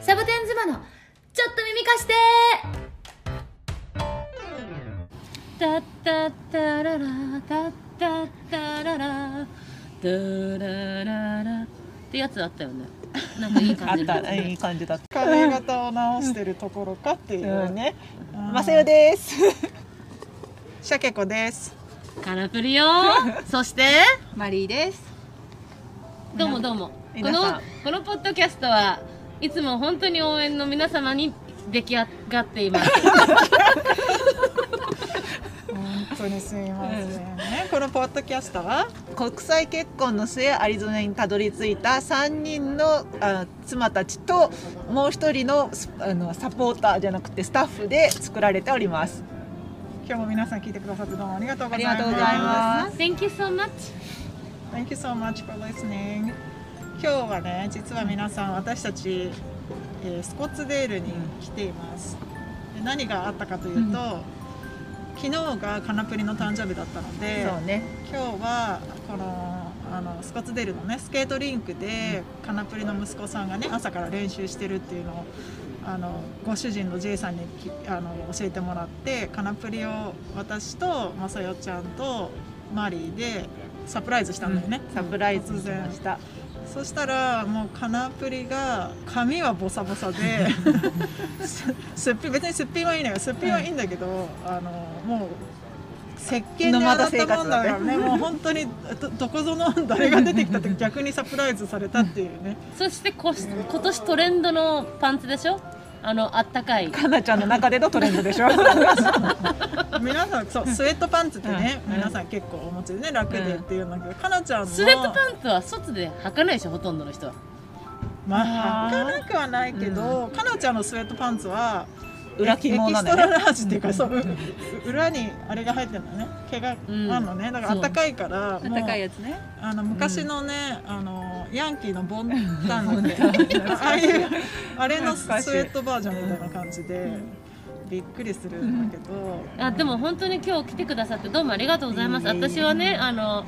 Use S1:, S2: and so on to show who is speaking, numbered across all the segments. S1: サボテン妻のちょっと耳貸してタッタッタララタッタッタララドゥラララってやつあったよねなんかいい
S2: あ
S1: 感じ
S2: っ
S1: のやつ
S2: た、
S1: ね
S2: いい感じだった。髪型を直してるところかっていうね。
S3: マセヨです。
S2: シャケコです。
S1: カラプリよそして
S3: マリーです。
S1: どうもどうもこ
S2: 皆
S1: の
S2: さん
S1: このポッドキャストはいつも本当に応援の皆様に出来上がっています
S2: 本当にすみませんね。このポッドキャストは国際結婚の末アリゾナにたどり着いた三人のあ妻たちともう一人のスあのサポーターじゃなくてスタッフで作られております。今日も皆さん聞いてくださってどうもありがとうございます。
S3: ありがとうございま
S1: Thank you so much
S2: Thank you so much for listening. 今日はね、実は皆さん、私たち、えースコッツデールに来ています。で何があったかというと、
S3: うん
S2: 昨日がカナプリの誕生日だったので、
S3: そうね。
S2: 今日はこのあのスコッツデールのねスケートリンクで、カナプリの息子さんがね朝から練習してるっていうのをあのご主人の J さんにきあの教えてもらってカナプリを私とまさよちゃんとマリーでサプライズしたんだよね、
S3: サプライズしました。
S2: そしたらもうカナプリが髪はボサボ サですすっぴん別にすっぴんはいいのよすっぴんはいいんだけど、あのもう石鹸で洗ったもんだからねもう本当にどどこぞの誰が出てき たって逆にサプライズされたっていうね
S1: そしてこし今年トレンドのパンツでしょあのあったかい
S3: かなちゃんの中でのトレンドでしょ。
S2: 皆さんそうスウェットパンツってね、
S3: うん
S2: 皆さん結構お持ちでね楽でっていうんだけど、かなちゃんも
S1: スウェットパンツは外で履かないでしょほとんどの人は
S2: まあ
S3: あ
S2: 履
S3: ー
S2: かなくはないけど、かなちゃんのスウェットパンツは
S3: 裏肝
S2: エキ
S3: な
S2: ス
S3: ん
S2: トラ
S3: だね。
S2: ラージっていうか、そうう裏にあれが入ってるのね毛が
S1: うん
S2: あるのねだからあったかいからもう
S3: やつね。
S2: あの昔のね、あのヤンキーのボンタンだっけ ああいうあれのスウ
S3: 懐かしい
S2: ェットバージョンみたいな感じでびっくりするんだけど、
S1: あでも本当に今日来てくださってどうもありがとうございます、
S2: いえいえ
S1: 私はねあの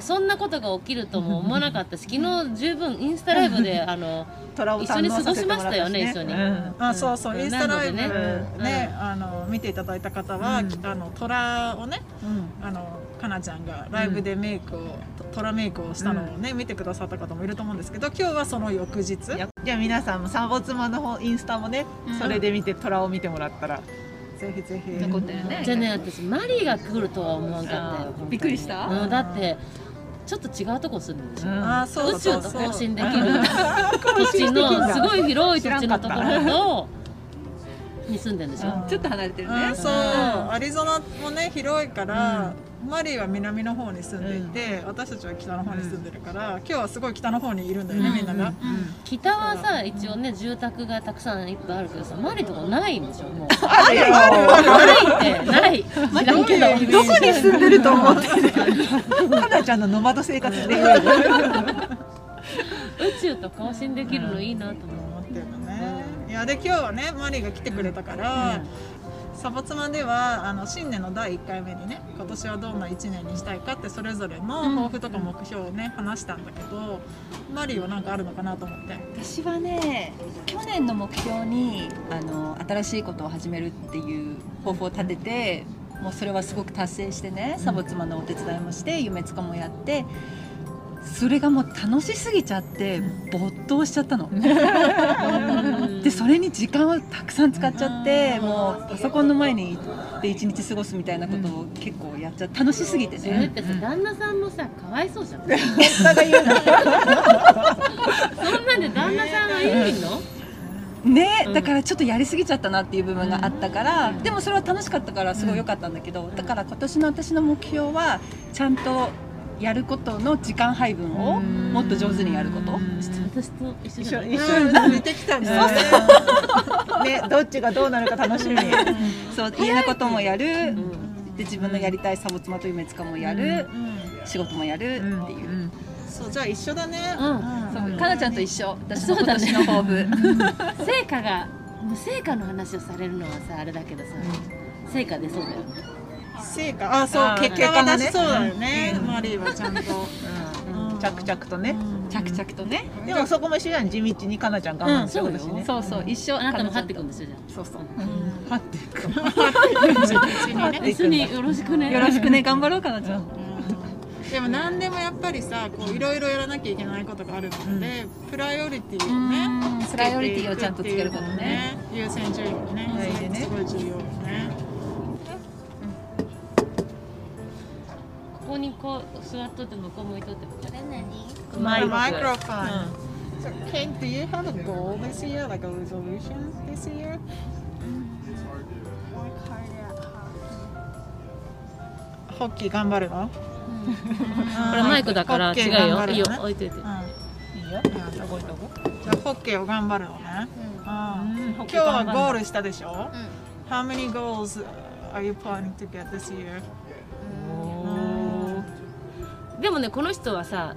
S1: そんなことが起きるとも思わなかったし昨日十分インスタライブ であの
S3: トラを堪能させてもら
S1: 一緒に過ご
S3: ったしね
S1: しましたよね一緒に
S3: うん
S2: あそうそう、
S1: うん
S2: インスタライブ
S1: な
S2: ね
S1: の
S3: でね
S2: あの見ていただいた方は、
S3: うん
S2: あのトラをね
S3: うん
S2: あのかなちゃんがライブでメイクを、トラメイクをしたのをね、見てくださった方もいると思うんですけど今日はその翌日
S3: いやじゃあ皆さんもサンボ妻の方インスタもね、
S4: うん
S3: それで見てトラを見てもらったら
S2: ぜひぜひ
S4: 残ってるね
S1: じゃあね私マリーが来るとは思わんかったよ
S3: うん
S4: びっくりした
S1: うん、だってちょっと違うとこ住んでるでしょ、
S3: うん
S2: あーそうだ
S1: 宇宙
S2: そう
S1: と
S2: だ
S1: 交
S2: そう
S1: 信でき る土地のすごい広い土地のところとに住んでるんでしょ、
S2: うん
S4: ちょっと離れてる
S2: う
S4: ね
S2: ん、。そうアリゾナもね広いから、マリーは南の方に住んでいて、私たちは北の方に住んでるから、今日はすごい北の方にいるんだよね、みんなが。
S4: うん
S1: 北はさ一応ね住宅がたくさんいっぱいあるけどさマリーとかないんでしょもう
S3: あるよ
S1: ないってない知らんけど
S2: どこに住んでると思って
S3: かなちゃんのノマド生活でいわゆる
S1: 宇宙と交信できるのいいなと思う
S2: 思ってるのね。いやで今日はねマリーが来てくれたから、サボ妻ではあの新年の第1回目にね今年はどんな1年にしたいかってそれぞれの抱負とか目標をね、話したんだけどマリーは何かあるのかなと思って。
S4: 私はね、去年の目標にあの新しいことを始めるっていう抱負を立てて、もうそれはすごく達成してね、サボ妻のお手伝いもして、夢つかもやって。それがもう楽しすぎちゃって没頭しちゃったの。
S1: うん
S4: でそれに時間をたくさん使っちゃって、
S2: うん
S4: もうパソコンの前にで一日過ごすみたいなことを結構やっちゃ楽しすぎて
S1: それっ
S4: ね。
S1: てさ旦那さんもさかわい そうじゃんそんなんで旦那さんは言うの
S4: ね、
S1: うん
S4: だからちょっとやりすぎちゃったなっていう部分があったから、
S1: うん
S4: でもそれは楽しかったからすごい良かったんだけど、だから今年の私の目標はちゃんとやることの時間配分を
S3: うん
S4: もっと上手にやること、
S1: 私と一緒じゃない
S3: 一緒
S2: うん、似てきたね。
S3: ねどっちがどうなるか楽しみ
S4: そう嫌なこともやる、
S1: うん
S4: で自分のやりたいサボ妻と夢つかもやる、仕事もやるっていう。
S2: そうじゃあ一緒だね。
S1: うん
S4: そううんかなちゃんと一緒私の
S1: そう
S4: 今
S1: だね
S4: 年の抱負、
S1: 成果がもう成果の話をされるのはさあれだけどさ、成果出そうだよね
S2: 成果あそう
S3: あー
S2: 結果は出しそ
S3: 結果
S2: う
S3: が
S2: だ
S3: ね
S2: よね、マリーはちゃんと、
S3: 着々とね
S2: うん
S4: 着々とね、
S3: でもそこも一緒じゃん地道にかなちゃん我慢する
S1: うん
S3: 私ね
S4: そうそう一生
S1: あなたも張ってくん
S4: ん
S1: ですよじゃ
S4: そうそう、
S3: はっていく
S2: にね
S1: あ一緒によろしくね
S4: よろしくね頑張ろうかなちゃん、
S2: でも何でもやっぱりさこういろいろやらなきゃいけないことがあるので、プライオリティをね、
S4: うんプライオリティをちゃんとつけることね
S2: つけていくっていうのもね優先順位をね
S3: はいでね
S2: すごい重要よね
S1: ここにこう座っとって向こう向いとってこれ何
S3: マイク
S2: microphone、So, Kate, do you have a goal this year, like a resolution this year? Work hard at hockey. ホッキー頑張るの？
S1: こ
S2: こ
S1: れマイクだから
S2: ホッ
S1: 違
S2: ケー
S1: う
S2: 頑
S1: よ
S2: 張る
S1: いい
S2: の
S1: よ
S2: ね
S1: 置いといて
S3: いいよ
S2: うん。どこどこ？じゃあホッケーを頑張るのね。うん今日はゴールしたでしょ、How many goals are you planning to get this year?
S1: でもねこの人はさ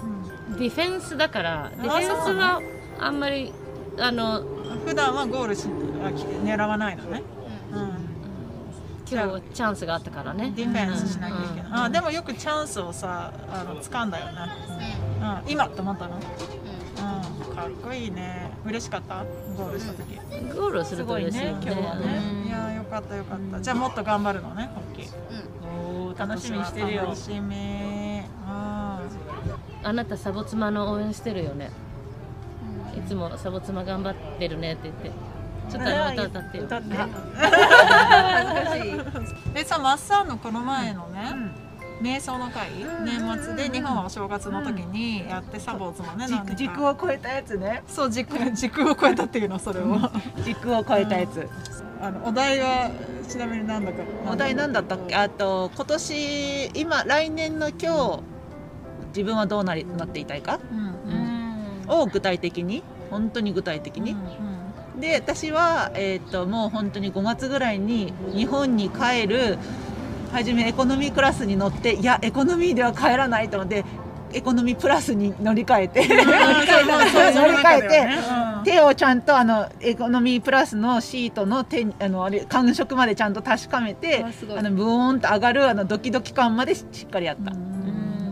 S1: ディフェンスだからディフェンスはあんまりあの
S2: 普段はゴールしあき狙わないのね、うん
S1: 今日チャンスがあったからね
S2: ディフェンスしなきゃいけない、あでもよくチャンスをさあの掴んだよね、うん、今と思ったの、うん、かっこいいね嬉しかったゴールした時、
S1: ゴールをする
S3: す
S1: と
S3: ごい
S1: 嬉しい
S3: ね
S1: よね
S3: 今日はね
S2: いやーよかったよかった、じゃあもっと頑張るのねホッキー
S3: おー楽しみにしてるよ
S2: 楽しみうん
S1: あなたサボ妻の応援してるよねいつもサボ妻頑張ってるねって言ってちょっとあの歌歌ってよ
S3: 歌って
S4: 恥ずかしい
S2: でさマッサンのこの前のね、瞑想の会、年末で日本はお正月の時にやってサボーズもね、なんか
S3: 軸軸を超えたやつね
S2: そう軸軸を超えたっていうのそれを、
S3: 軸を超えたやつ
S2: あのお題はちなみに何だか
S3: お題なんだったっけあと今年今来年の今日自分はどうなりなっていたいか
S2: うんうん
S3: を具体的に本当に具体的
S2: うん
S3: に、で私は、えー、ともう本当に5月ぐらいに日本に帰るはじめエコノミークラスに乗っていやエコノミーでは帰らないと思ってエコノミープラスに乗り換えて乗り換えて。手をちゃんとあのエコノミープラスのシートの手にあのあれ感触までちゃんと確かめて
S4: あすごい
S3: あのブオーンと上がるあのドキドキ感までしっかりやった、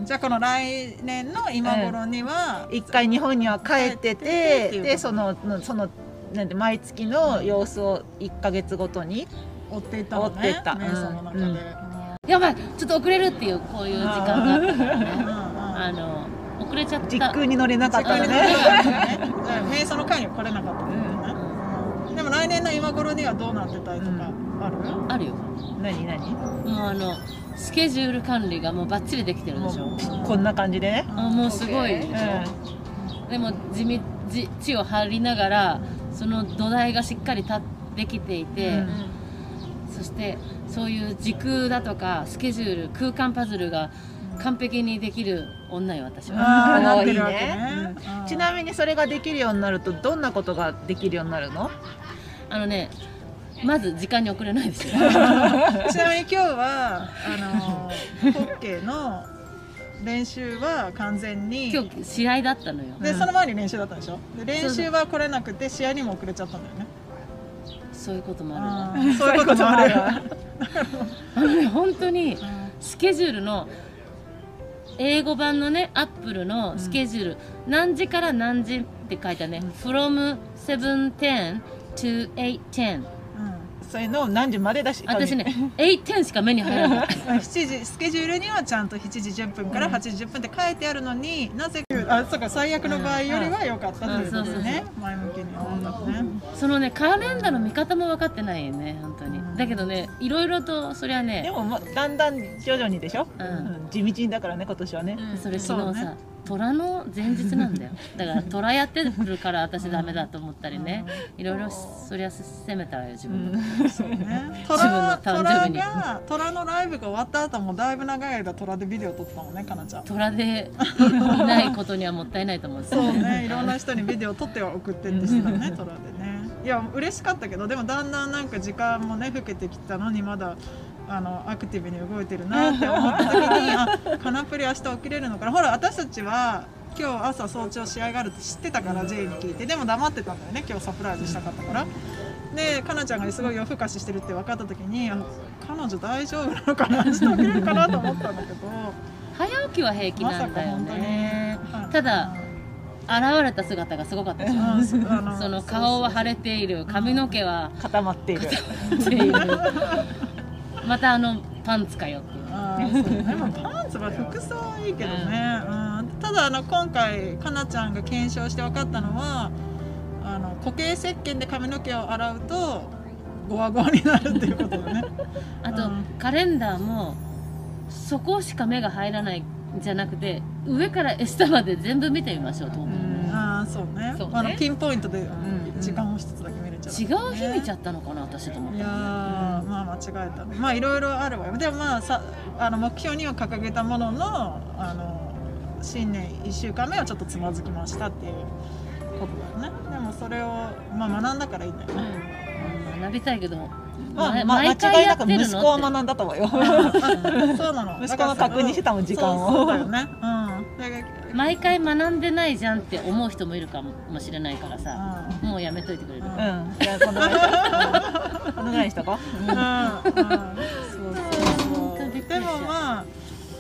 S2: じゃあこの来年の今頃には、
S3: 一回日本には帰って
S2: 帰ってて
S3: て
S2: っていうこと
S3: でそのそのなんて毎月の様子を1か月ごとに
S2: 追っていったのね
S3: 追ってった
S2: 瞑想の中で、
S3: うんうん
S1: やばいちょっと遅れるっていうこういう時間があったからねあの遅れちゃった
S3: 時空に乗れなかったの
S2: ね
S3: ね。
S2: 瞑想の会には来れなかったんだよね、でも来年の今頃にはどうなってたいとかある、
S1: あるよ
S3: 何何
S1: もうあのスケジュール管理がもうバッチリできてるでしょ
S3: もうこんな感じでね。
S1: あもうすごいでしょ、でも地道地地を張りながらその土台がしっかり立ってきていて、そしてそういう時空だとかスケジュール空間パズルが完璧にできる女よ私は、
S2: ああな
S4: な
S2: っ
S4: ってて
S2: る
S4: る
S2: わ
S4: わ
S2: け
S4: け
S2: ね
S4: ね。
S2: うん
S3: ちなみにそれができるようになるとどんなことができるようになるの？
S1: あのねまず時間に遅れないですよ
S2: ちなみに今日はあのホッケーの練習は完全に。
S1: 今日試合だったのよ
S2: でその前に練習だったでしょ。で練習は来れなくて試合にも遅れちゃったんだよね。
S1: そういうこともあるわ
S2: うんそういうこともある。
S1: あのね本当にスケジュールの英語版のねアップルのスケジュール、何時から何時って書いたね、from 7:10 to 8:10
S3: それの何時までだし。
S1: 私ね8:10しか目に入らない
S2: うん7時スケジュールにはちゃんと7時10分から8時10分って書いてあるのに、なぜあそうか最悪の場合よりは良かったということでね、前向きに思ったのね。
S1: そのねカレンダーの見方も分かってないよね本当にだけどねいろいろとそりゃ
S3: で
S1: ね、
S3: もまだんだん徐々にでしょ。
S1: うん
S3: うん地道にだからね今年はね。
S1: それ昨
S2: そう
S1: 日
S2: ね
S1: さ、虎の前日なんだよだから虎やってるから私ダメだと思ったりねいろいろそりゃ責めたらよ自分のこと
S2: そうね。
S1: 自分の
S2: 虎
S1: 誕生
S2: 虎
S1: 日に
S2: が虎のライブが終わった後もだいぶ長い間虎でビデオ撮ってたもんねかなちゃん。
S1: 虎でいないことにはもったいないと思って
S2: そう ね、いろんな人にビデオ撮っては送ってってしてたね、トラでね。いや、嬉しかったけど、でもだんだんなんか時間もね、老けてきたのに、まだ。あのアクティブに動いてるなって思った時に あカナプリ明日起きれるのかなほら私たちは今日朝早朝試合があるって知ってたから J に聞いてでも黙ってたんだよね今日サプライズしたかったからでかなちゃんがすごい夜更かししてるって分かった時にあ彼女大丈夫なのかな明日起きれるかなと思ったんだけど
S1: 早起きは平気
S2: ま
S1: な
S2: さ
S1: ん
S2: か
S1: だよ
S2: 本当に
S1: ね、ただ現れた姿がすごかったじゃん
S2: うん あ
S1: その顔は腫れている髪の毛 は
S3: 固まっている
S1: っていうまたあのパンツかよっていう
S2: あーそうねまあパンツは服装はいいけどね、うんただあの今回かなちゃんが検証して分かったのはあの固形石鹸で髪の毛を洗うとゴワゴワになるっていうことだね
S1: あ
S2: う
S1: と
S2: ん
S1: カレンダーもそこしか目が入らないんじゃなくて上から下まで全部見てみましょうと思 う、
S2: ああそうね
S1: そうね
S2: あのピンポイントで
S3: ん
S2: 時間を一つだけ見れちゃう、
S1: 違う日見ちゃったのかな私と思っ
S2: い
S1: て
S2: やーまあ間違えたまあいろいろあるわよでもまあさあの目標には掲げたもののあの新年1週間目はちょっとつまずきましたっていうことだよねでもそれを、まあ、学んだからいいんだよね、
S1: うん学びたいけど、
S3: まあ、
S1: ま
S3: まあ、
S1: 毎
S3: 間違
S1: 回
S3: い
S1: や
S3: な
S1: っ
S3: く
S1: てるの
S3: 息子は学んだと思うよ
S2: うん そうなの
S3: 息子の確認してたもん時間を
S2: そうそうだよねうんだから
S1: 毎回学んでないじゃんって思う人もいるかもしれないからさ、もうやめといてくれる、
S2: う
S3: うんんじゃあこのぐらいにしとこうこのぐらいにしと
S2: う
S3: こう
S2: んうんうん
S3: そう
S1: 本当びっくりしちゃ
S2: で
S1: う
S2: もまあ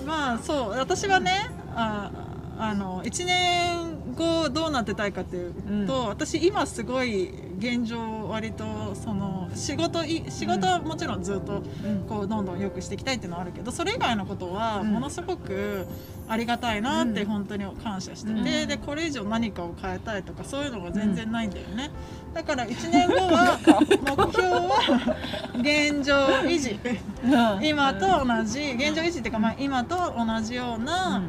S2: まあそう私はねああの1年後どうなってたいかっていうと、私今すごい現状割とその仕事い仕事はもちろんずっと
S3: うん
S2: こうどんどん良くしていきたいっていうのはあるけどそれ以外のことは
S3: うん
S2: ものすごくありがたいなって
S3: うん
S2: 本当に感謝してて、
S3: うん
S2: でこれ以上何かを変えたいとかそういうのが全然ないんだよね、だから1年 後は目標は現状維持
S3: うん
S2: 今と同じ現状維持っていうか、まあ、今と同じような、
S3: うん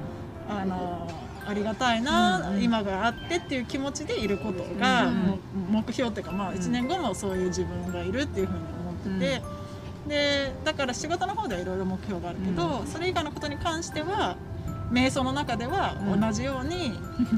S2: あのありがたいな、
S3: うんうん
S2: 今があってっていう気持ちでいることが、
S3: うん
S2: も目標っていうか、まあ、1年後もそういう自分がいるっていうふうに思ってて、でだから仕事の方ではいろいろ目標があるけど、それ以外のことに関しては瞑想の中では
S3: うん
S2: 同じように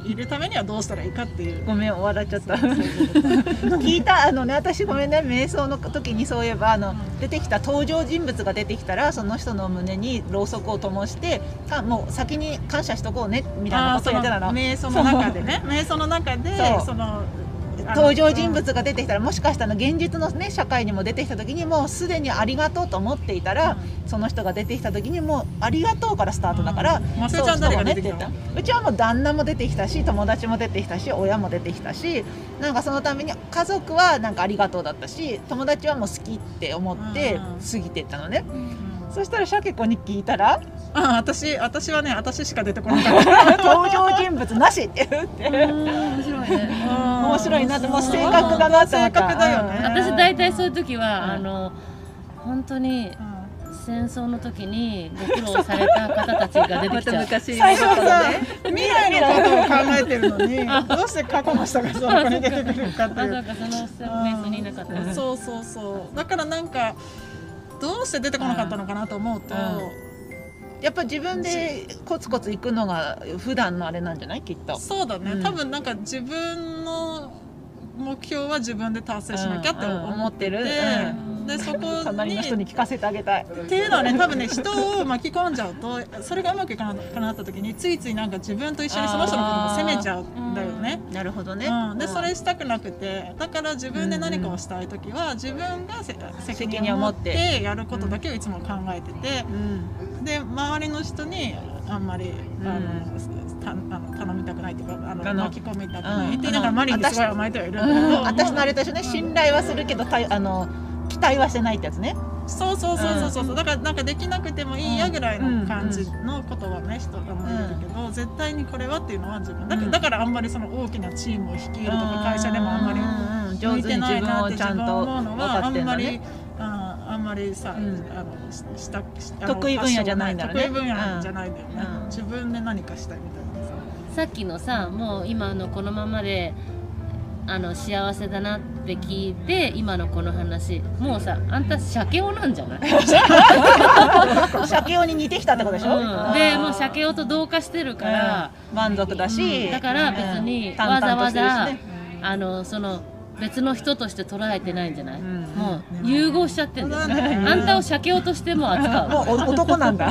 S2: いるためにはどうしたらいいかっていう。
S3: ごめん笑っちゃった聞いたあのね私ごめんね瞑想の時にそういえばあの出てきた登場人物が出てきたらその人の胸にろうそくを灯してかもう先に感謝しとこうねみたいな
S2: あ
S3: こ
S2: ーそ
S3: とや
S2: の
S3: ってたの
S2: 瞑想の中でね瞑想の中で
S3: そう
S2: そのあの
S3: 登場人物が出てきたらもしかしたら現実の、ね、社会にも出てきた時にもうすでにありがとうと思っていたら、その人が出てきた時にもうありがとうからスタートだから、
S2: マ
S3: そう
S2: ちゃん誰が出て
S3: そう
S2: き
S3: ね
S2: た
S3: っ
S2: の
S3: て言ったうちはもう旦那も出てきたし友達も出てきたし親も出てきたしなんかそのために家族はなんかありがとうだったし友達はもう好きって思って
S2: うん
S3: 過ぎてったのね、
S2: うん
S3: そしたらシャケ子に聞い たら
S2: あ私私はね私しか出てこなかった
S3: 登場人物なしって言って
S1: 面白いね
S2: 面
S3: 面白いなってもう
S1: そう
S3: 性格だなって思った
S2: 性格だよね
S1: 私大体そういう時は、
S3: うん
S1: あの本当に
S2: うん
S1: 戦争の時にご苦労された方たちが出てき ちゃう、
S4: 昔
S3: 最初
S2: そう
S3: は
S2: さ
S3: ね
S2: 未来のことを考えてるのに どうして過去の人がそこに出てくるかって
S1: ま
S2: い
S1: さ
S2: う
S1: かそのベースにいなかった
S2: うんそうそうそうだからなんかどうして出てこなかったのかなと思うと、
S3: やっぱ自分でコツコツ行くのが普段のあれなんじゃないきっと。
S2: そうだね、
S3: うん
S2: 多分なんか自分の目標は自分で達成しなきゃって
S3: うん思
S2: 思っ
S3: ってる、
S2: て、
S3: う
S2: でそこ
S3: ん、隣の人
S2: に
S3: に聞かせてあげたい、
S2: っていうのはね多分ね人を巻き込んじゃうとそれがうまくいかなくなった時についついなんか自分と一緒にその人のことを責めちゃうんだよね。
S3: なるほどね
S2: うん、でそれしたくなくてだから自分で何かをしたい時は自分がせ責任を持ってやることだけをいつも考えてて
S3: うん
S2: で周りの人にあんまりあの、たあの頼みたくないっていうかあの
S3: あの
S2: 巻き込みたくないって
S3: うん
S2: だからマリンにすごい甘えてはいるんだけど、
S3: 私のあれと一緒ね信頼はするけどたいあの期待はしてないってやつね
S2: そうそうそうそうそう、だからなんかできなくてもいいやぐらいの感じのことはね人が思えるけど、絶対にこれはっていうのは自分だから,、
S3: うん
S2: だからあんまりその大きなチームを率いるとか会社でもあんまり
S3: うんうん
S2: 向
S3: 上
S2: い
S3: 手
S2: て
S3: に
S2: な
S3: 自
S2: い
S3: 分
S2: なっ
S3: を
S2: て
S3: ち
S2: 自
S3: ゃ
S2: 分
S3: ん
S2: が
S3: と
S2: 思うの
S3: 分
S2: は
S3: か
S2: あ
S3: って
S2: ん
S3: る
S2: ま
S3: の
S2: り
S3: ね
S2: ああんまりさ、
S3: うん
S2: あのししたした
S3: 得意分野じゃないんだろうね
S2: 得意分野じゃないんだよね、
S3: うん
S2: 自分で何かしたいみたいな
S1: さ
S2: さ、
S1: っきのさもう今のこのままであの幸せだなって聞いて今のこの話もうさあんた鮭男なんじゃ ない、うん、
S3: 鮭用に似てきたってことでしょ、
S1: でもう鮭男と同化してるから、
S3: 満足だし、
S1: うんだから別に
S3: うん淡々としてるし
S1: わざわざ
S3: ね
S1: あのその別の人として捉えてないんじゃない、
S3: うん
S1: もう融合しちゃってんだよ、あんたを鮭男としても扱う
S3: もうお男なんだ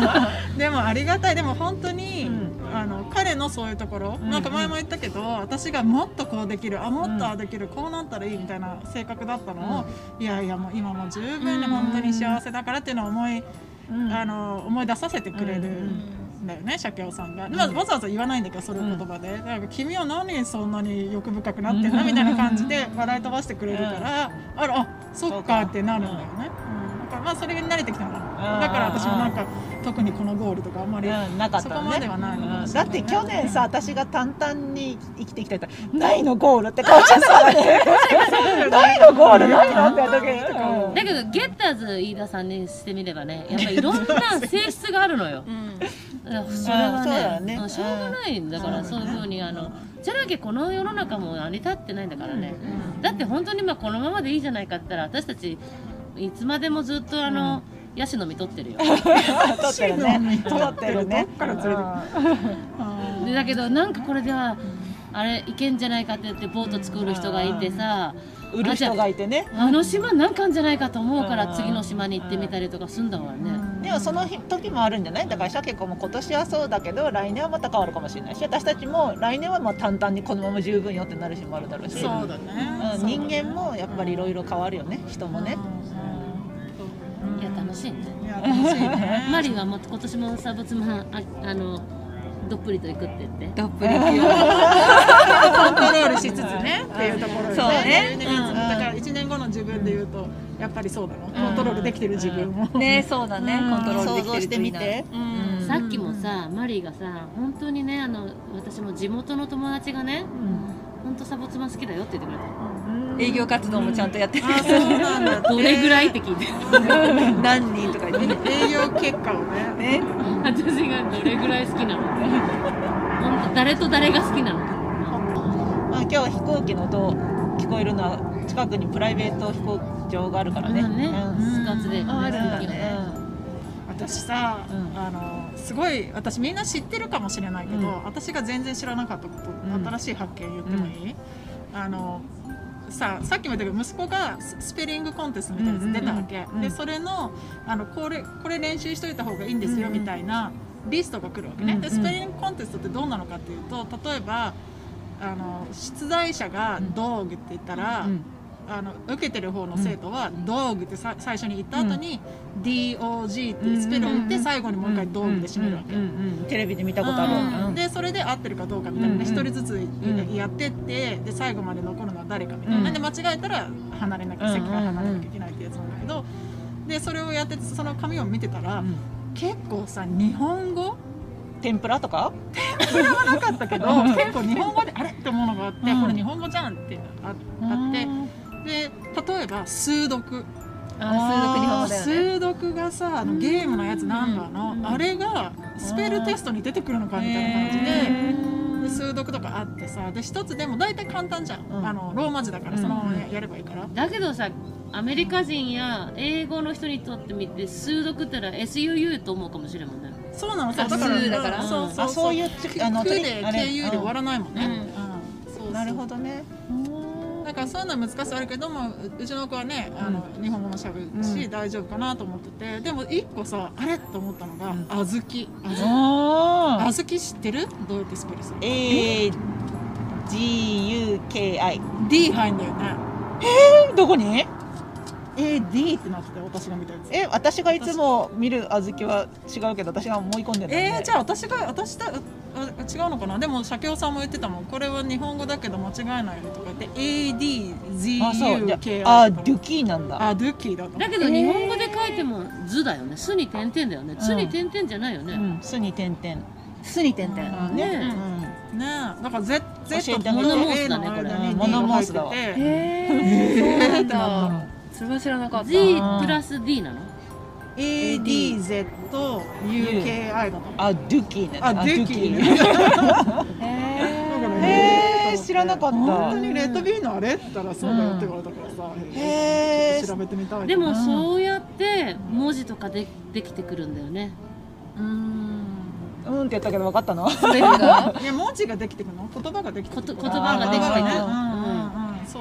S2: でもありがたいでも本当に、
S3: う
S2: あの彼のそういうところ、
S3: うん
S2: なんか前も言ったけど私がもっとこうできるあもっと
S3: う
S2: あできる、こうなったらいいみたいな性格だったのを、いやいやもう今もう十分に本当に幸せだからっていうのを思い、
S3: うん
S2: あの思い出させてくれる
S3: うん
S2: だよね鮭雄さんが、まあ、わざわざ言わないんだけどそれを言葉で、なんか君は何そんなに欲深くなってるのみたいな感じで笑い飛ばしてくれるから、あらあそっかってなるんだよね、うんだからまあそれに慣れてきたのかなだから私もなんか特にこのゴールとかあんまり、
S3: うん、なかっ
S2: そ
S3: た
S2: こ
S3: の
S2: まで
S3: ね
S2: はないのかもしれ
S3: だ
S2: ないね
S3: って去年さ私が淡々に生きてきたら「ないのゴール」って顔ちゃったからね「ないのゴールないの?」って言った時にうん
S1: だけどゲッターズ飯田さんにしてみればねやっぱりいろんな性質があるのよ
S4: うん
S1: だからそれは
S3: そうだよ
S1: ね
S3: ね
S1: うんしょうがないんだから、
S2: うん
S1: そういうふうにあのじゃなきゃこの世の中も成り立ってないんだからね、
S2: うん
S1: だって本当にまあこのままでいいじゃないかって言ったら私たちいつまでもずっとあの、ヤシの実取ってるよ
S3: 撮ってるね撮ってるね
S2: どっから連れてくるあ
S1: で
S2: ー
S1: だけどなんかこれではあれいけんじゃないかって言ってボート作る人がいてさ、
S3: 売る人がいてね
S1: あの島なんかあんじゃないかと思うか
S3: う
S1: ら
S3: ん
S1: 次の島に行ってみたりとかすんだわね、
S3: でもその日時もあるんじゃないだからシャケ子も今年はそうだけど来年はまた変わるかもしれないし私たちも来年はまあ淡々にこのまま十分よってなる日もあるだろうし
S2: そうだね、
S3: うん人間もやっぱりいろいろ変わるよね人もね
S1: いや楽しいね
S2: いや楽しいね
S1: マリーはもう今年もサボツマああのどっぷりと行くって言って
S4: どっぷり行くよ
S2: コントロールしつつねっていうところで
S4: そう
S2: 12
S4: ね
S2: 月だから1年後の自分で言うとやっぱりそうだのコントロールできてる自分も
S4: ねそうだね
S2: うん
S4: コントロールできてるといいな
S3: 想像してみて
S4: うん
S1: さっきもさマリーがさ本当にねあの私の地元の友達がね本当サボツマ好きだよって言ってくれ
S4: 営業活動もちゃんとやってる
S2: あそうなんだ
S1: たどれぐらいって聞いて
S4: 何人とか言ってね
S2: 営業結果をね
S4: ね
S1: 私がどれぐらい好きなの本当誰と誰が好きなの
S3: まあ、今日は飛行機の音聞こえるのは近くにプライベート飛行場があるからね。
S1: まあね
S3: うん
S1: スカツで
S2: ああるんだ
S1: 好きなの
S2: ね私さ、
S3: うん
S2: あのすごい私みんな知ってるかもしれないけど、
S3: うん
S2: 私が全然知らなかったこと、
S3: ん
S2: 新しい発見言ってもいい、あのささっきも言ったけど息子がススペリングコンテストみたいなやつ出たわけ、
S3: うん
S2: でそれのあのこれこれ練習しといた方がいいんですよ
S3: うんうん
S2: みたいなリストが来るわけね、
S3: うんう
S2: で
S3: ん
S2: スペリングコンテストってどうなのかっていうと例えばあの出題者が「道具」って言ったら、
S3: うん
S2: あの受けてる方の生徒は「道具」ってさ最初に言った後に「DOG」ってスペルを打って最後にもう一回「道具」で締めるわけ
S3: うん。うんうんテレビで見たことある。
S2: う
S3: うんん
S2: でそれで合ってるかどうかみたいな
S3: うん
S2: ね一人ずつ
S3: ん
S2: やってってで最後まで残るのは誰かみたいな
S3: うん
S2: で間違えたら離れなきゃ
S3: うん
S2: 席から離れなきゃいけないってやつなんだけどでそれをやっててその紙を見てたら結構さ日本語
S3: 天ぷらとか？
S2: なかったけど結構日本語であれって思うのがあって
S3: うん
S2: これ日本語じゃんってああってで例えば数読
S4: あー数学日本語だよね
S2: 数読がさあのゲームのやつナンバーの、
S1: うん
S2: あれがスペルテストに出てくるのかみたいな感じで,、で数読とかあってさで一つでも大体簡単じゃん、
S3: うん
S2: あのローマ字だからそのままややればいいから。
S1: だけどさアメリカ人や英語の人にとってみて数読ってのは SUU と思うかもしれんもんね
S2: そうなのさ
S4: あ数だから
S2: うんそうそう
S3: あそういううちあ
S2: あの
S3: の
S2: 区
S3: 取
S2: で
S3: りあれ
S2: KU で終わらないもんね、
S4: うん
S2: うんそうそ
S3: うん
S2: う
S3: なるほどね。
S2: だからそういうのは難しさあるけどもううちの子はねあの、日本語もしゃべるし、
S3: うん
S2: 大丈夫かなと思っててでも一個さあれと思ったのが
S3: うん
S2: 「あずき」あずき
S3: あ
S2: あずき知ってるどうやってスペルする
S3: A G U K I。
S2: D 入んだよね
S3: どこに？
S2: A D ってなってて私が見たやつ
S3: え私がいつも見る小豆は違うけど私が思い込んでる、
S2: えー、じ
S3: ゃ
S2: ゃあ私が私とあ違うのかなでも社協さんも言ってたもんこれは日本語だけど間違えないでとか言って ADZUKI
S3: あそうじゃああ
S2: あ
S3: ドゥキーなんだ
S2: あドゥッキーだと
S1: だけど日本語で書いても「図」だよね「す」に点々だよね「つ」に点々じゃないよね、
S3: うんすに点々
S4: すに点々
S2: あ
S1: ね
S3: うん
S2: ねえだから Z, Z と
S3: 教えてあげて
S2: A の間に D
S3: モノモースだ
S2: が
S3: ねこれ
S2: 入ってて
S4: へえそうなんだそれは知らなかった
S1: G プラス D なの
S2: ADZUKI だと
S3: あドゥキーね
S2: あドゥキー ね
S3: ドゥキー
S2: へ
S3: へえ知らなかった
S2: 本当にレッドビーのあれって言ったらそうだよって言われたからさ、ち
S3: へー
S2: ょっと調べてみたい
S1: でもそうやって文字とかでできてくるんだよね
S3: うんってやったけど分かったの
S4: それが
S2: いや文字ができてくの言葉ができてく
S1: こと
S2: る
S1: 言葉ができてく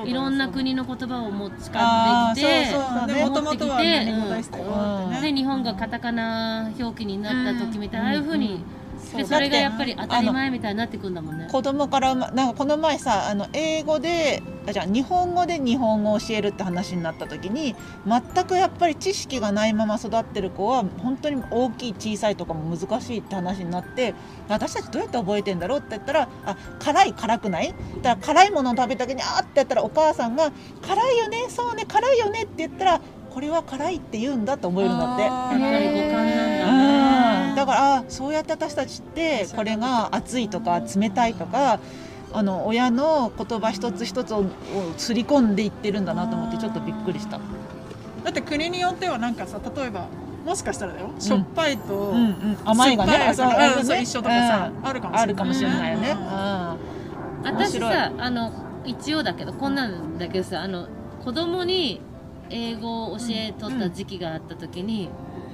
S1: る
S2: て
S1: いろんな国の言葉をもう使
S3: あ
S1: っ
S3: ー
S1: てきて
S3: そうそうそう
S2: でもともとは
S1: 持ってきて
S2: 何語でしたよって
S1: で
S2: ね
S1: 日本がカタカナ表記になった時みたいな、ああいうふうにでそれがやっぱり当たり前みたいになってくんだもんね
S3: 子供からまなんかこの前さあの英語であじゃあ日本語で日本語を教えるって話になった時に全くやっぱり知識がないまま育ってる子は本当に大きい小さいとかも難しいって話になって私たちどうやって覚えてんだろうって言ったら「あ辛い辛くない?」だから辛いものを食べた時に「あ」って言ったらお母さんが「辛いよねそうね辛いよね」って言ったら「これは辛いって言うんだ」と覚えるんだって。
S1: やっぱり五感なんだ
S3: うんだからあそうやって私たちってこれが熱いとか冷たいとかあの親の言葉一つ一つをを刷り込んでいってるんだなと思ってちょっとびっくりした。
S2: だって国によってはなんかさ例えばもしかしたらだよしょっぱいと、
S3: うんうん、甘いがね
S2: 酸っぱいとか
S3: そう
S2: うんそう一緒とかさ、
S3: うん
S2: あるかもしれない
S3: あるかもしれないよね。
S2: うん
S1: 私
S3: 面白
S1: さあの一応だけどこんなんだけどさあの子供に英語を教えとった時期があった時に、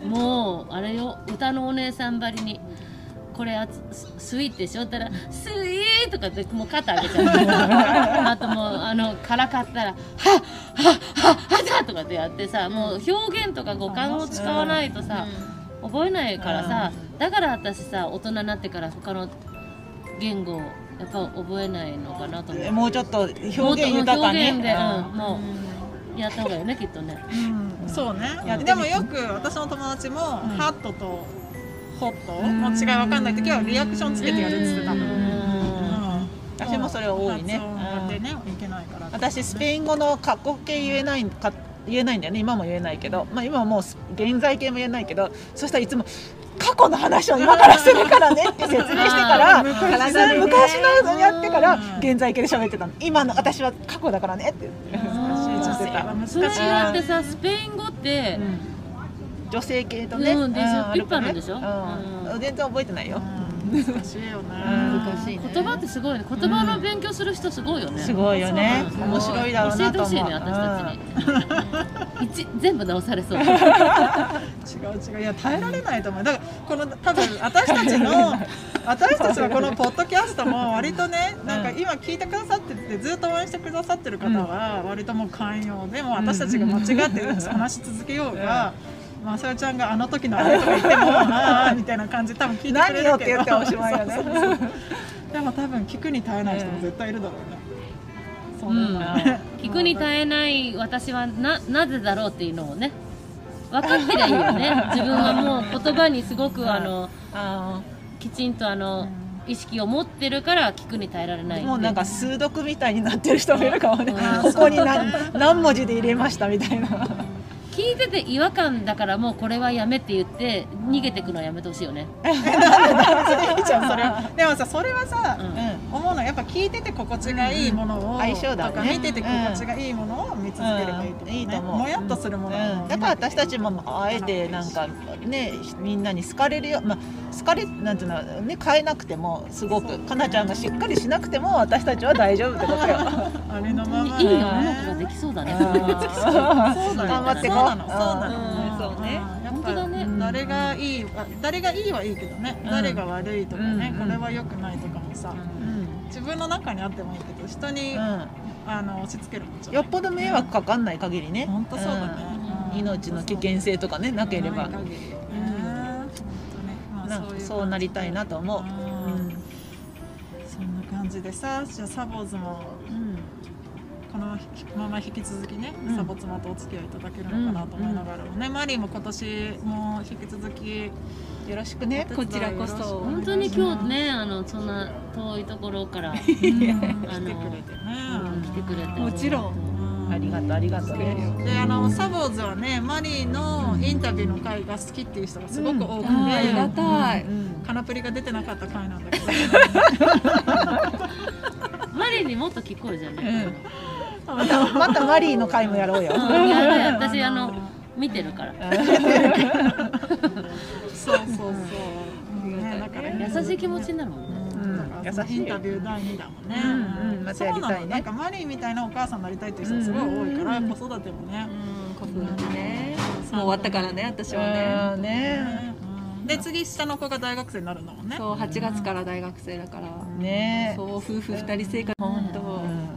S1: もうあれよ歌のお姉さんばりに「これあつススイートでしょ?」って言ったら「スイート!」とかってもう肩上げちゃ うあともうあのからかったら「はっはっはっはっは」とかってやってさもう表現とか五感を使わないとさ、覚えないからさ、だから私さ大人になってから他の言語をやっぱ覚えないのかなと思
S3: う
S1: うん
S3: もうちょっと表現豊かに、
S1: もっと表現で、うん
S3: う
S1: もうやった方がいいよねきっとね
S2: うんそうね
S3: やってみて
S2: でもよく私の友達も、ハットとホット
S3: ん
S2: の違いわかんない時はリアクションつけてやるっつってた
S1: うん
S2: うん
S3: 私もそれは多いね
S2: 発音でねいけないから
S3: 私スペイン語の過去形言えないか言えないんだよね今も言えないけど、まあ、今はもう現在形も言えないけどそしたらいつも過去の話を今からするからねって説明してから
S2: あー昔
S3: それ昔のやってから
S2: うん
S3: 現在形で喋ってたの今の私は過去だからねって言って
S1: 難しい
S3: 言ってた
S2: 難し
S1: そ
S2: い
S1: れ
S2: 女
S1: に
S2: 性
S1: だ
S2: は
S1: ってさスペイン語って、
S3: 女性系とね、
S1: うんでしょ
S3: あるか
S1: いっぱいある
S3: ら
S1: んでしょ
S3: うん
S1: うん
S3: 全然覚えてないよ、
S2: 難しい難しいよね
S4: 難しいね
S1: 言葉ってすごいね言葉の勉強する人すごいよね、
S3: すごいよね
S1: そう
S3: 面白いだろう
S1: 教え
S3: なと思う
S1: てほしいね私たちに、一全部直され そう
S2: 違う違ういや耐えられないと思うだからこの多分私たちの私たちはこのポッドキャストも割とねなんか今聞いてくださっててずっと応援してくださってる方は割ともう寛容でも私たちが間違って話し続けようが。まあ、さよちゃんがあの時のあれとか言っても、まあ、みたいな感じ、多分聞いてくれ
S3: 何よ
S2: る
S3: って
S2: け
S3: 言
S2: ど。
S3: っておしまいよね
S2: そうそう そうでも、多分聞くに耐えない人も絶対いるだろ
S1: う
S2: うね。
S3: うん
S1: ん
S3: う
S1: 聞くに耐えない私はななぜだろうっていうのをね分かってりゃいいよ ね自分はもう言葉にすごくあの
S3: ん
S1: きちんとあの意識を持ってるから聞くに耐えられないって
S3: もうなんか数読みたいになってる人もいるかもね
S1: うん
S3: ここに何何文字で入れましたみたいな
S1: 聞いてて違和感だからもうこれはやめって言って逃げてくのはやめてほしいよね、
S2: いいじゃんそれはでもさそれはさ、
S1: うん
S2: 思うのはやっぱ聞いてて心地がいいものを、
S3: ん相性だね
S2: とか見てて心地がいいものを見続ければいいと思う、ね
S3: うんいいと思う
S2: もやっとするものを、
S3: うんだから私たちもあえてなんかねみんなに好かれるよ、まあ、好かれなんていうのね変えなくてもすごくかなちゃんがしっかりしなくても私たちは大丈夫って ことよ。
S2: あれのまま
S1: いい
S2: ね
S1: 世の中ができそうだね
S2: そうだよ
S3: 頑張ってこう
S2: そうなのそうな
S1: うん
S2: の、
S4: そうね
S2: んやっ
S1: 本
S2: ぱ
S1: 当だね
S2: 誰がいいあ誰がいいはいいけどね、
S3: うん
S2: 誰が悪いとかね、
S3: うん
S2: これは良くないとかもさ、
S3: うん
S2: 自分の中にあってもいいけど人に、あの押し付けるもんじゃ
S3: よっぽど迷惑かかんない限りね
S2: 本当そうだね、
S3: うん命の危険性とかねなければ
S2: ない限りね本当ねまあ
S3: な
S2: い
S3: んか
S2: 感じ
S3: そうなりたいなと思う。
S2: う
S3: うん
S2: んそんな感じでさじゃあサボーズもこのまま引き続きね、
S3: うん
S2: サボ妻とお付き合いいただけるのかなと思いながらもね、マリーも今年も引き続き
S3: よろしくね。
S4: こちらこそ
S1: 本当に今日ねあのそんな遠いところから
S2: 来てくれてね、
S1: うん来てくれて
S4: もちろん
S2: うん
S3: ありがとうありがとう。
S2: であのサボーズはねマリーのインタビューの回が好きっていう人がすごく多くて、
S4: あーありがたい、
S3: うん
S2: カナプリが出てなかった回なんだけど
S1: マリにもっと聞こうじゃない、
S3: またまたマリーの会もやろうよ。
S1: うんいやいや私あの見てるから
S2: そうそうそう。ね、だからね、
S1: 優しい気持ちになるもんね
S3: うん優しい
S2: インタビュー第二弾もね。
S3: うんうんまたやりた
S2: そう
S3: いね
S2: なのなんかマリーみたいなお母さんになりたいっていう人すごい多いから、
S3: うん
S2: 子育てもね。
S4: うん、子育てねもう終わったからね私はね
S3: うんね
S2: うんで次下の子が大学生になるんだもんね。
S4: そう8月から大学生だから、
S3: ね
S4: そう夫婦2人生活本当、
S2: 本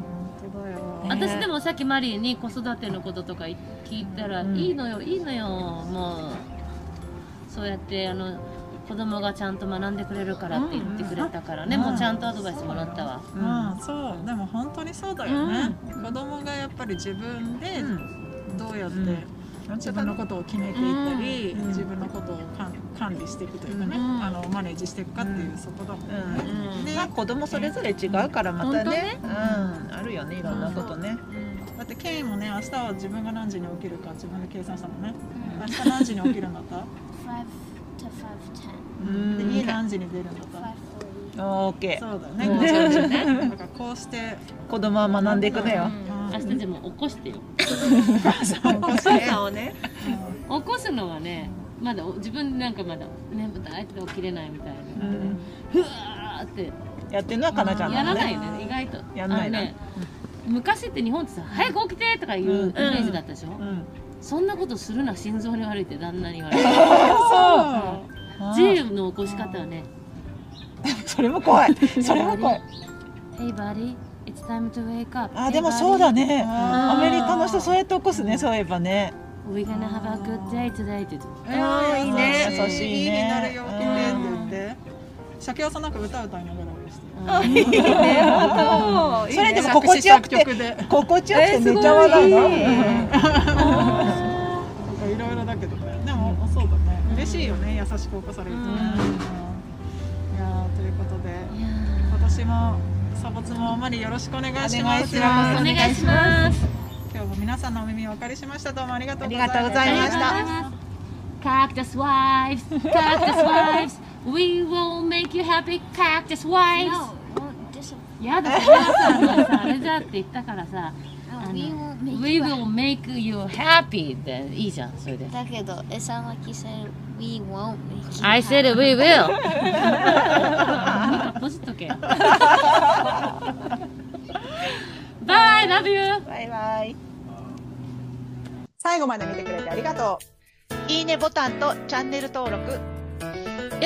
S2: 当だよ。
S4: ね
S1: 私でもさっきマリーに子育てのこととか聞いたら「
S3: うん
S1: いいのよいいのよもうそうやってあの子供がちゃんと学んでくれるからって言ってくれたからね、
S2: うん
S1: もうちゃんとアドバイスもらったわ、
S3: うん
S2: まあそうでも本当にそうだよね、子供がやっぱり自分でどうやって
S3: うん
S2: 自分のことを決めていったり、
S3: うん
S2: 自分のことを管管理していくというかね、
S4: うん
S2: あのマネージしていくかっていう、
S3: うん
S2: そこだもんね、
S3: うん
S4: うん
S3: まあ子供それぞれ違うからまたねうん、あるよねいろんなことね、
S2: だってケイもね明日は自分が何時に起きるか自分で計算したもんね明日何時に起きるんだった、
S5: Five to five ten.
S3: うん
S2: で家何時に出るんだった、
S5: Five forty.
S3: オーケー
S2: そうだよ
S1: う
S2: ね
S1: ん
S2: ごちゃごちゃねだからこうして
S3: 子供は学んでいくのよ、
S2: うん
S1: 明日でも起こして よ
S4: さんをね
S1: 起こすのはねまだお自分でなんかまだ眠たいって起きれないみたいなのでね、ふわーって
S3: やってるのはかなちゃん
S1: や
S3: な
S1: ら
S3: の
S1: ない
S3: ね
S1: よね意外と
S3: やんないな
S1: あのね昔って日本ってさ早く起きてとかいうイメージだったでしょ、
S3: うん
S1: そんなことするな心臓に悪いって旦那に言われた ジェームの起こし方はね
S3: それも怖いそれも怖い
S1: Hey buddy, it's time to wake up.
S3: あでもそうだ
S1: ね。
S3: ね
S2: あ
S3: ア
S2: ー
S3: メリカの人そうやって起こすねそういえばね
S1: We're gonna have a good day today って言って
S2: えー
S3: いいね
S2: 優
S3: 優
S2: し
S3: し
S2: い
S3: い
S2: ね
S3: ね
S2: いいになるよって
S3: うん
S2: 言って鮭屋さんなんか歌歌いながら応援して
S1: た。うん
S4: いいね本当
S3: それでも
S2: 作
S3: 心
S2: 詞
S3: 地よく
S2: 作
S3: て
S2: 曲で
S3: 心地よく
S4: え
S3: て
S4: ーす
S3: 寝
S4: ごい
S3: ちゃわないの、
S4: いい
S2: いろいろだけどねでもそうだね嬉しいよね優しく起こされるとね、うんいやーということで
S1: いや
S2: 今年もサボツもあまりよろしくお願いします
S3: お願い
S1: ーお
S3: し
S1: 願いします。
S2: 今日も皆さんのお耳をお借りしましたどうもありがとうござい
S3: ありがとうございました
S1: ありがとうございます。Cactus wives, cactus wives, we will make you happy, cactus wives.
S5: No, it won't disappear.
S1: やだ、皆さんがさ、あれだって言ったからさ、
S5: No, we won't make
S1: We
S5: you
S1: will make you happy でいいじゃん、それで
S5: happy.。だけど、it sounded like you said we won't make you
S1: I said
S5: happy.
S1: we will. なんかポジっとけ。Bye, love you.
S3: バイバイ
S2: 最後まで見てくれてありがとう
S3: いいねボタンとチャンネル登録
S6: よ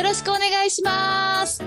S6: ろしくお願いします